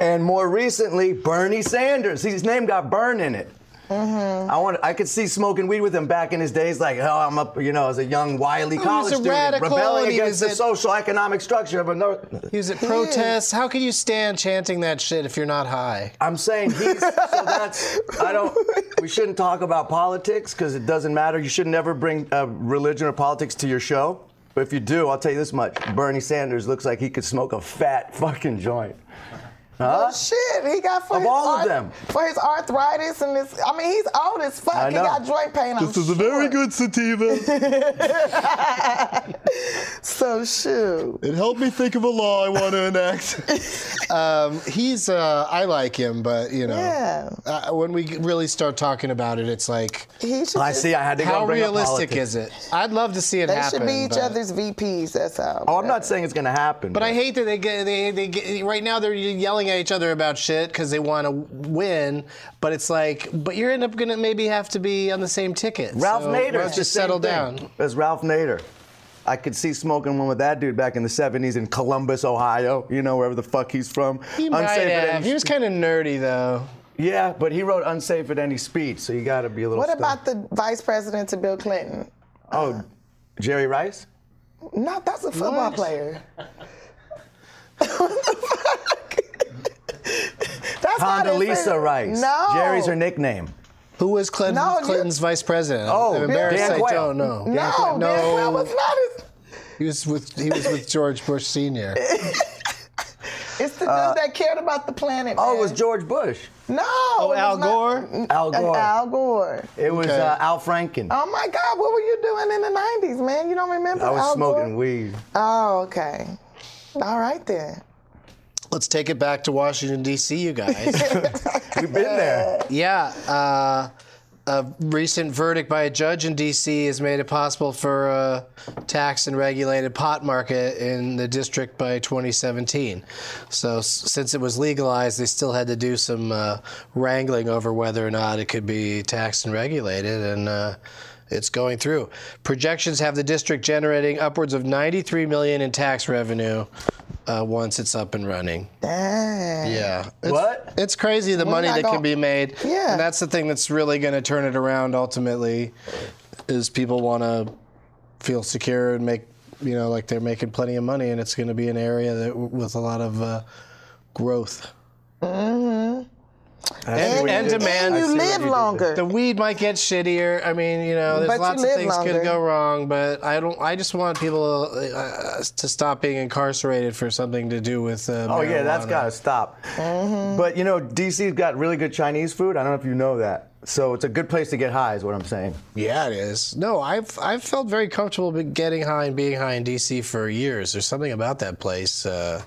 and more recently, Bernie Sanders. His name got "burn" in it. Mm-hmm. I want. I could see smoking weed with him back in his days, like, oh, I'm up, you know, as a young wily college a student, radical rebelling and he against the was a- social economic structure of another. He was at protests. How can you stand chanting that shit if you're not high? I'm saying he's so that's I don't. We shouldn't talk about politics because it doesn't matter. You should never bring uh, religion or politics to your show. But if you do, I'll tell you this much: Bernie Sanders looks like he could smoke a fat fucking joint. Huh? Shit, he got for Of his all of arth- them. for his arthritis and his. I mean, he's old as fuck. I He know. got joint pain. I'm This is a very sure. good sativa. So shoot. it helped me think of a law I want to enact. Um, he's uh, I like him, but you know, Yeah. uh, when we really start talking about it, it's like He should. I just- see. I had to go how bring up realistic politics. is it? I'd love to see it They happen. should be each but- other's VPs. That's all. Oh, I'm not saying it's gonna happen. But I hate that they get they, they get right now they're yelling at each other about shit because they want to win. But it's like, but you're end up gonna maybe have to be on the same ticket. Ralph so Nader. Let's it's the just same settle thing down. As Ralph Nader. I could see smoking one with that dude back in the 70s in Columbus, Ohio, you know, wherever the fuck he's from. He might Unsafe at have. any He was spe- kind of nerdy though. Yeah, but he wrote unsafe at any speed, so you gotta be a little What stuck. about the vice president to Bill Clinton? Oh, Jerry Rice? No, that's a football What? player. That's not his Condoleezza name. Rice. No. Jerry's her nickname. Who was Clinton, No, you- Clinton's vice president? Oh, I'm embarrassed. Dan I Quayle. don't know. No, Bill Clinton was not his. He was with he was with George Bush Senior. It's the dude that cared about the planet. Uh, Oh, it was man. George Bush. No. Oh, it was Al not- Gore. Al Uh, Gore. Al Gore. it was Okay. uh, Al Franken. Oh my God, what were you doing in the 90s, man? You don't remember? I was Al smoking Gore? weed. Oh, okay. All right then. Let's take it back to Washington D.C. You guys. We've been there. Yeah. Uh, a recent verdict by a judge in D.C. has made it possible for a taxed and regulated pot market in the district by 2017. So, s- since it was legalized, they still had to do some uh, wrangling over whether or not it could be taxed and regulated. And uh, it's going through. Projections have the district generating upwards of 93 million in tax revenue uh, once it's up and running. Dang. Yeah. It's, What? It's crazy the money not that gonna- can be made. Yeah. And that's the thing that's really going to turn it around ultimately is people want to feel secure and make, you know, like they're making plenty of money and it's going to be an area that with a lot of uh, growth. And, and demand. And you live longer. The weed might get shittier. I mean, you know, there's But you lots of live things longer. could go wrong, but I don't. I just want people uh, to stop being incarcerated for something to do with. Uh, Oh yeah, that's marijuana. gotta stop. Mm-hmm. But you know, DC's got really good Chinese food. I don't know if you know that. So it's a good place to get high, is what I'm saying. Yeah, it is. No, I've I've felt very comfortable be- getting high and being high in DC for years. There's something about that place. Uh,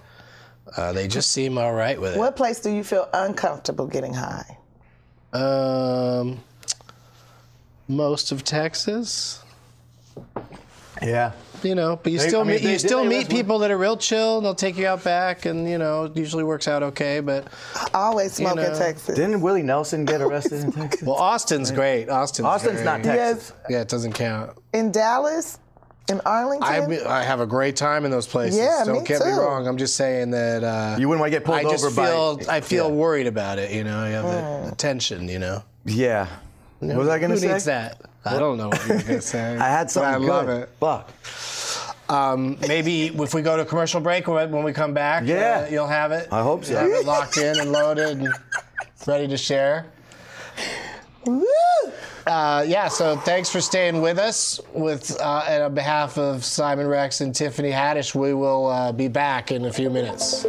uh, they just seem all right with it. What place do you feel uncomfortable getting high? Um, most of Texas, Yeah. you know, but you They- still I mean, meet they- you didn't still they meet list one? people that are real chill. and They'll take you out back, and you know, it usually works out okay. But Always smoke know. in Texas. Didn't Willie Nelson get arrested in Texas? well, Austin's great. Austin's Austin's very- not Texas. Yeah, it doesn't count. in Dallas, in Arlington. I, I have a great time in those places. Yeah, Don't me get me too. wrong. I'm just saying that uh, You wouldn't wanna get pulled I just over by- feel, I feel Yeah. worried about it. You know, I have the- Oh. the tension. You know, Yeah. What was I gonna who say? needs that? I don't know what you were gonna say. I had but something I good. love it. Fuck. Um, maybe if we go to commercial break when when we come back, Yeah. uh, you'll have it. I hope so. You'll have it locked in and loaded and ready to share. Woo! Uh, yeah, so thanks for staying with us. With uh, and on behalf of Simon Rex and Tiffany Haddish, we will uh, be back in a few minutes.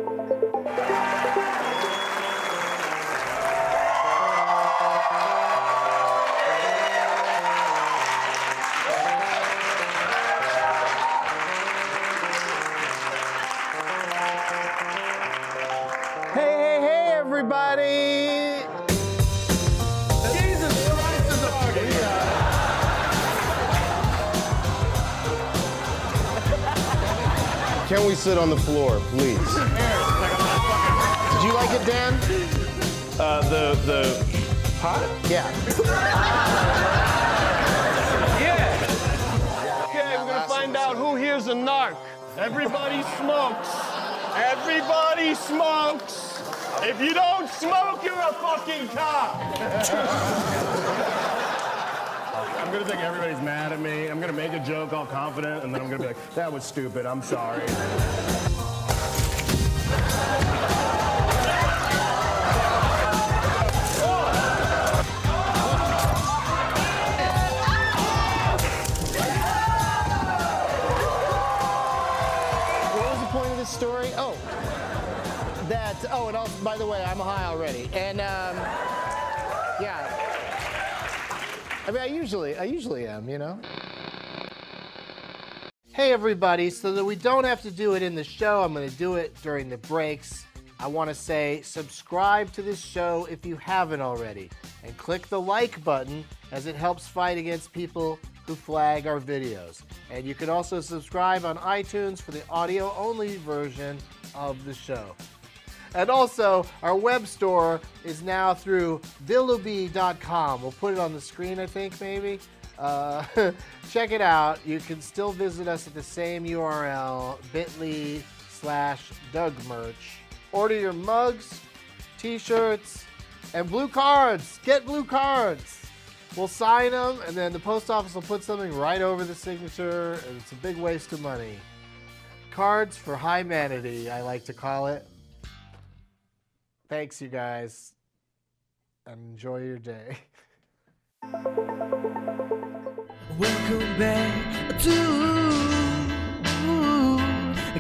Hey, hey, hey, everybody! Jesus Christ is already Can we sit on the floor, please? Did you like it, Dan? Uh, the the pot? Yeah. Yeah. Okay, we're gonna find out who here's a narc. Everybody smokes. Everybody smokes. If you don't smoke, you're a fucking cop. I'm gonna think everybody's mad at me. I'm gonna make a joke all confident, and then I'm gonna be like, that was stupid, I'm sorry. What was the point of this story? Oh, that. Oh, and also, by by the way, I'm high already. And um, yeah. I mean, I usually, I usually am, you know. Hey everybody, so that we don't have to do it in the show, I'm going to do it during the breaks. I want to say subscribe to this show if you haven't already and click the like button as it helps fight against people who flag our videos. And you can also subscribe on iTunes for the audio only version of the show. And also, our web store is now through billubi.com. We'll put it on the screen, I think, maybe. Uh, check it out. You can still visit us at the same URL, bit.ly slash Dougmerch. Order your mugs, t-shirts, and blue cards. Get blue cards. We'll sign them, and then the post office will put something right over the signature, and it's a big waste of money. Cards for high manity, I like to call it. Thanks, you guys. and Enjoy your day. Welcome back to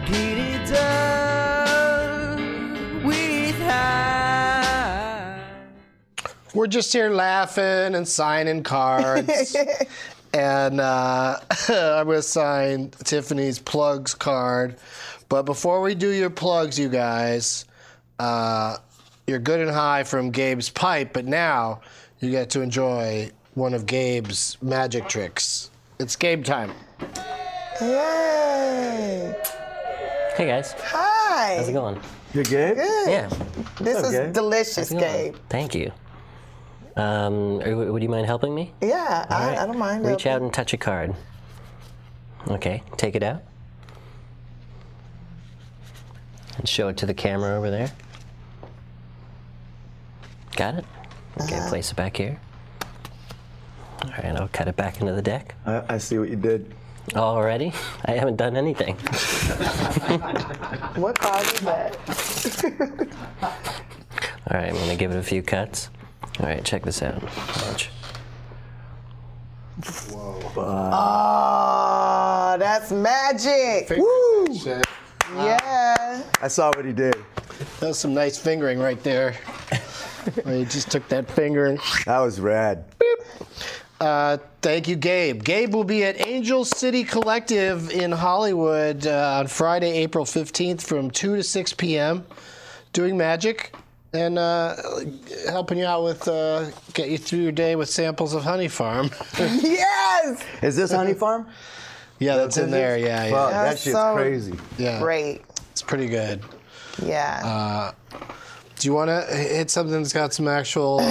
Get It Done with High. We're just here laughing and signing cards. and uh, I'm going to sign Tiffany's plugs card. But before we do your plugs, you guys, uh, you're good and high from Gabe's pipe, but now you get to enjoy one of Gabe's magic tricks. It's Gabe time. Yay! Hey guys, Hi. how's it going? You're Gabe? Good. Yeah, This is Okay. delicious, how's it going? Gabe. Thank you. Um, are- would you mind helping me? Yeah, I, I don't mind. Reach helping. out and touch a card. Okay, take it out. And show it to the camera over there. Got it? Okay, Uh-huh. place it back here. All right, I'll cut it back into the deck. I, I see what you did. Already? I haven't done anything. What causes that? All right, I'm gonna give it a few cuts. All right, check this out. Watch. Oh, that's magic. Woo! Yeah. I saw what he did. That was some nice fingering right there. Where you just took that finger and. That was rad. Uh, thank you, Gabe. Gabe will be at Angel City Collective in Hollywood uh, on Friday, April 15th from 2 to 6 p.m. doing magic and uh, helping you out with uh, get you through your day with samples of Honey Farm. Yes. Is this Honey Farm? yeah, that's in there. Yeah, yeah, Wow, that That's shit's so- crazy. yeah. Uh, Great. It's pretty good. Yeah. Do you want to hit something that's got some actual,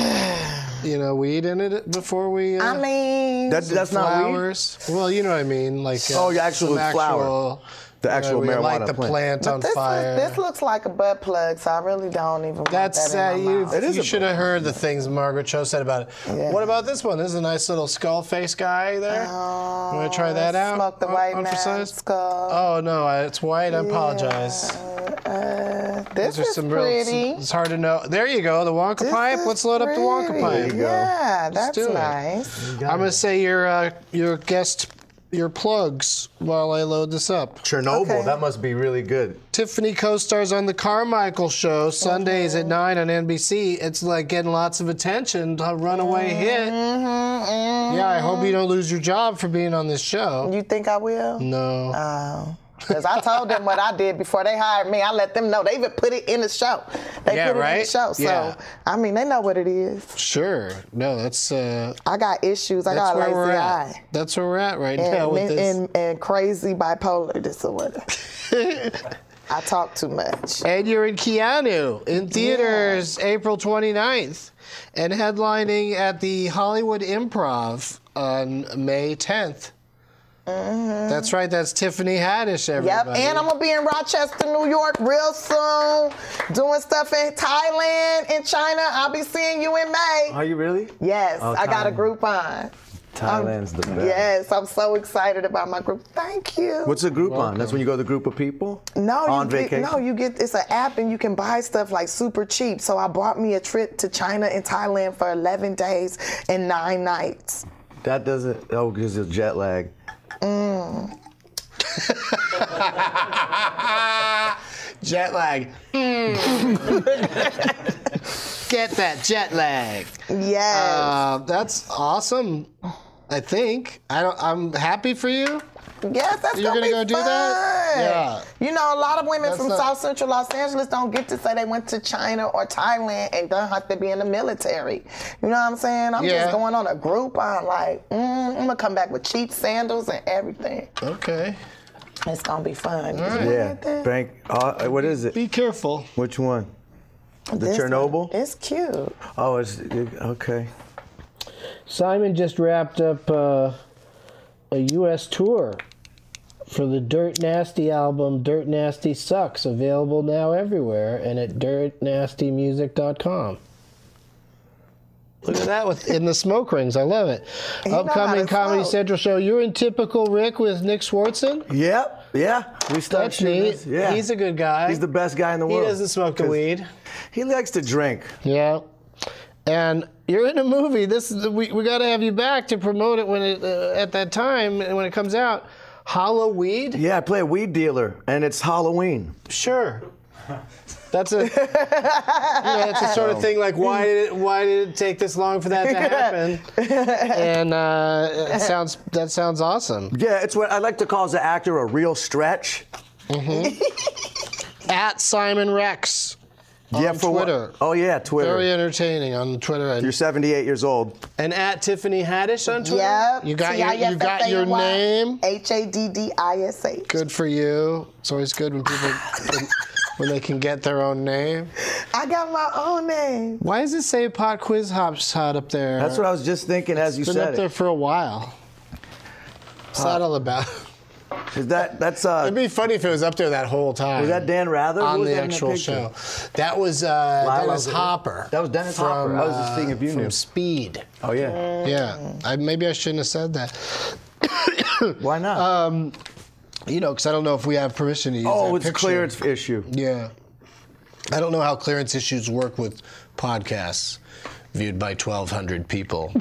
you know, weed in it before we? Uh, I mean, That, that's not weed? flowers. Well, you know what I mean, like uh, Oh, the actual some flower. actual- The you know, actual we marijuana light the plant. plant on this, fire. is, this looks like a butt plug, so I really don't even want That's that uh, in my you. mouth. It is you a should have heard the things Margaret Cho said about it. Yeah. What about this one? This is a nice little skull face guy there. Oh, you want to try that out? Smoke the Uh, white man emphasize? skull. Oh no, I- it's white. I apologize. Uh, this Oh. Those are is some real. pretty. some- it's hard to know. There you go. The Wonka This pipe. is Let's load up the Wonka pretty. pipe. Yeah, that's do it. nice. I'm gonna say your uh, your guest your plugs while I load this up. Chernobyl. Okay. That must be really good. Tiffany co-stars on the Carmichael Show Sundays at nine on NBC. It's like getting lots of attention. A runaway Mm-hmm, hit. Yeah, I hope you don't lose your job for being on this show. You think I will? No. Uh. Because I told them what I did before they hired me. I let them know. They even put it in the show. They Yeah, put it in the right? show. So, Yeah. I mean, they know what it is. sure. No, that's uh, I got issues. I that's got a where lazy we're at. eye. That's where we're at right And, now with men- this. and, and crazy bipolar disorder. I talk too much. And you're in Keanu in theaters April 29th and headlining at the Hollywood Improv on May 10th. That's right, that's Tiffany Haddish, Mm-hmm. Yep, everybody. and I'm gonna be in Rochester, New York, real soon. Doing stuff in Thailand, in China. I'll be seeing you in May. Are you really? Yes, Oh, I got a Thailand. group on. Thailand's the best. Yes, I'm so excited about my group. Thank you. What's a group on? That's when you go to a group of people? No, on you vacation? Get, no, you get it's an app and you can buy stuff like super cheap. So I bought me a trip to China and Thailand for 11 days and nine nights. That doesn't. Oh, because of jet lag. Jet lag. Hmm. Get that jet lag. Yes. Uh, that's awesome. I think I don't. I'm happy for you. Yes, that's You're gonna, gonna be go do fun. that? Yeah. You know, a lot of women That's from not- South Central Los Angeles don't get to say they went to China or Thailand and don't have to be in the military. You know what I'm saying? I'm Yeah. just going on a group. I'm like, mm, I'm gonna come back with cheap sandals and everything. Okay. It's gonna be fun. Yeah. Bank. Uh, what is it? Be careful. Which one? The This one, Chernobyl? It's cute. Oh, it's it- okay. Simon just wrapped up uh, a U.S. tour for the Dirt Nasty album, Dirt Nasty Sucks, available now everywhere and at dirtnastymusic.com. Look at that with in the smoke rings. I love it. know how Upcoming to Comedy smoke. Central show. You're in typical Rick with Nick Swartzen. Yep. Yeah. We stopped That's shooting neat. this. Yeah. He's a good guy. He's the best guy in the He world. doesn't smoke the 'Cause weed. He likes to drink. Yeah. And you're in a movie. This is- we we got to have you back to promote it when it uh, at that time and when it comes out. Hollow weed. Yeah, I play a weed dealer, and it's Halloween. Sure. That's a you know, that's a sort of thing like why did it, why did it take this long for that to happen? and uh, it sounds that sounds awesome. Yeah, it's what I like to call as an actor a real stretch. At Simon Rex, yeah, on for what- Twitter. Oh yeah, Twitter. very entertaining on Twitter, You're and, 78 years old. and at Tiffany Haddish on Twitter. Yep. you got your, you got your name. H A D D I S H. Good for you. It's always good when people when, when they can get their own name. I got my own name. Why does it say Pot Quiz Hops Hot up there? That's what I was just thinking as you It's been up said there it. for a while. What's that all about? Is that that's uh It'd be funny if it was up there that whole time. was that Dan Rather Who on was the that in that actual picture? show? That was uh, Lyle Dennis Alzado. Hopper. That was Dennis Hopper. I was just thinking if you from knew. Speed. Oh yeah. uh, yeah, I, maybe I shouldn't have said that. Why not? uh, You know, because I don't know if we have permission to use that oh, it's picture. clearance issue. Yeah. I don't know how clearance issues work with podcasts viewed by 1,200 people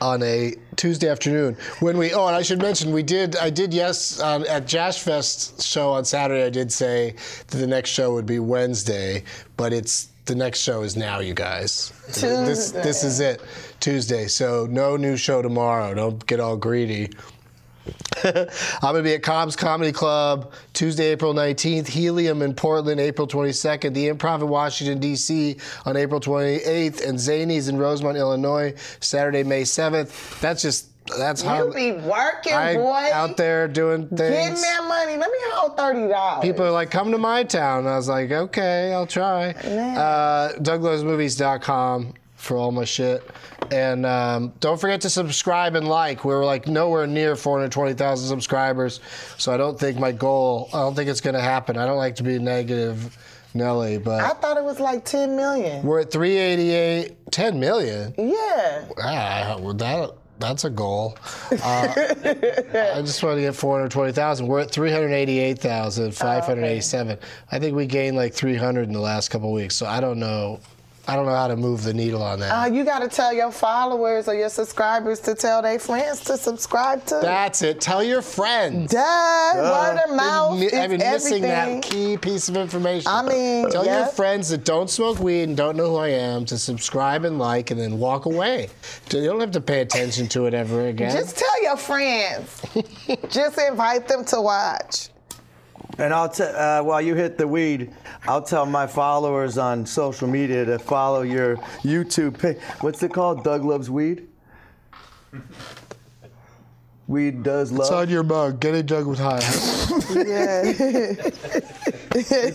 on a Tuesday afternoon. When we oh, and I should mention we did I did yes um, at Jash Fest show on Saturday. I did say that the next show would be Wednesday, but it's the next show is now, you guys. This this is it, Tuesday. So no new show tomorrow. Don't get all greedy. I'm going to be at Cobb's Comedy Club Tuesday, April 19th, Helium in Portland, April 22nd, The Improv in Washington, D.C. on April 28th, and Zanies in Rosemont, Illinois, Saturday, May 7th. That's just, that's how You be working, I boy. out there doing Getting things. that money. Let me hold thirty dollars. People are like, come to my town. I was like, okay, I'll try. Uh, DouglasMovies.com for all my shit. And um, don't forget to subscribe and like. We were like nowhere near 420,000 subscribers. So I don't think my goal, I don't think it's going to happen. I don't like to be negative, Nelly, but I thought it was like ten million. we're at 388, 10 million. Yeah. Ah, well, that that's a goal. Uh, I just want to get 420,000. We're at Oh, 388,587. I think we gained like 300 in the last couple weeks. So I don't know. I don't know how to move the needle on that. Uh, you got to tell your followers or your subscribers to tell their friends to subscribe to. that's it. Tell your friends. Duh, word of mouth. Mi- it's I've been missing everything. that key piece of information. I mean, tell your yeah. friends that don't smoke weed and don't know who I am to subscribe and like, and then walk away. You don't have to pay attention to it ever again. Just tell your friends. Just invite them to watch. And I'll t- uh, while you hit the weed, I'll tell my followers on social media to follow your YouTube page. What's it called? Doug loves weed. Weed does love. it's on your mug. Get a jug with high. Yeah.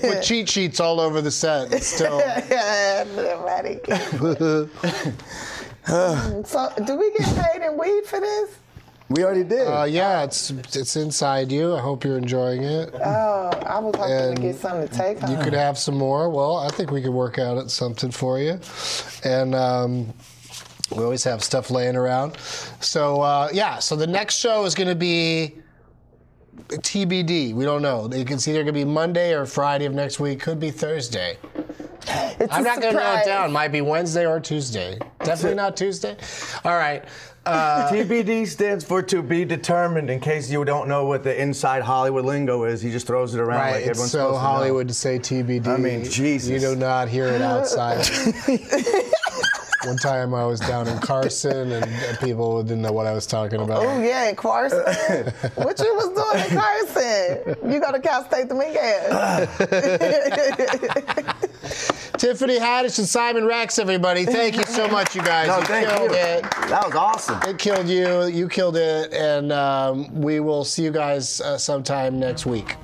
Put cheat sheets all over the set. It's still. Everybody. so, do we get paid in weed for this? we already did. Uh, yeah, it's it's inside you. I hope you're enjoying it. Oh, I was hoping And to get something to take You home. could have some more. Well, I think we could work out something for you, and um, we always have stuff laying around. So uh, yeah, so the next show is going to be TBD. We don't know. It can- It's either going to be Monday or Friday of next week. Could be Thursday. It's I'm a not going to nail it surprise. down. Might be Wednesday or Tuesday. Definitely not Tuesday. All right. TBD stands for to be determined. In case you don't know what the inside Hollywood lingo is, he just throws it around Right, like it's everyone's so supposed Hollywood to say TBD. I mean, Jesus. You do not hear it outside. One time I was down in Carson and people didn't know what I was talking about. Oh yeah, in Carson. what you was doing in Carson? You go to Cal State to make ass. Tiffany Haddish and Simon Rex, everybody. Thank you so much, you guys. No, you thank killed you. it. to know. That was awesome. It killed you. You killed it. And um, we will see you guys uh, sometime next week.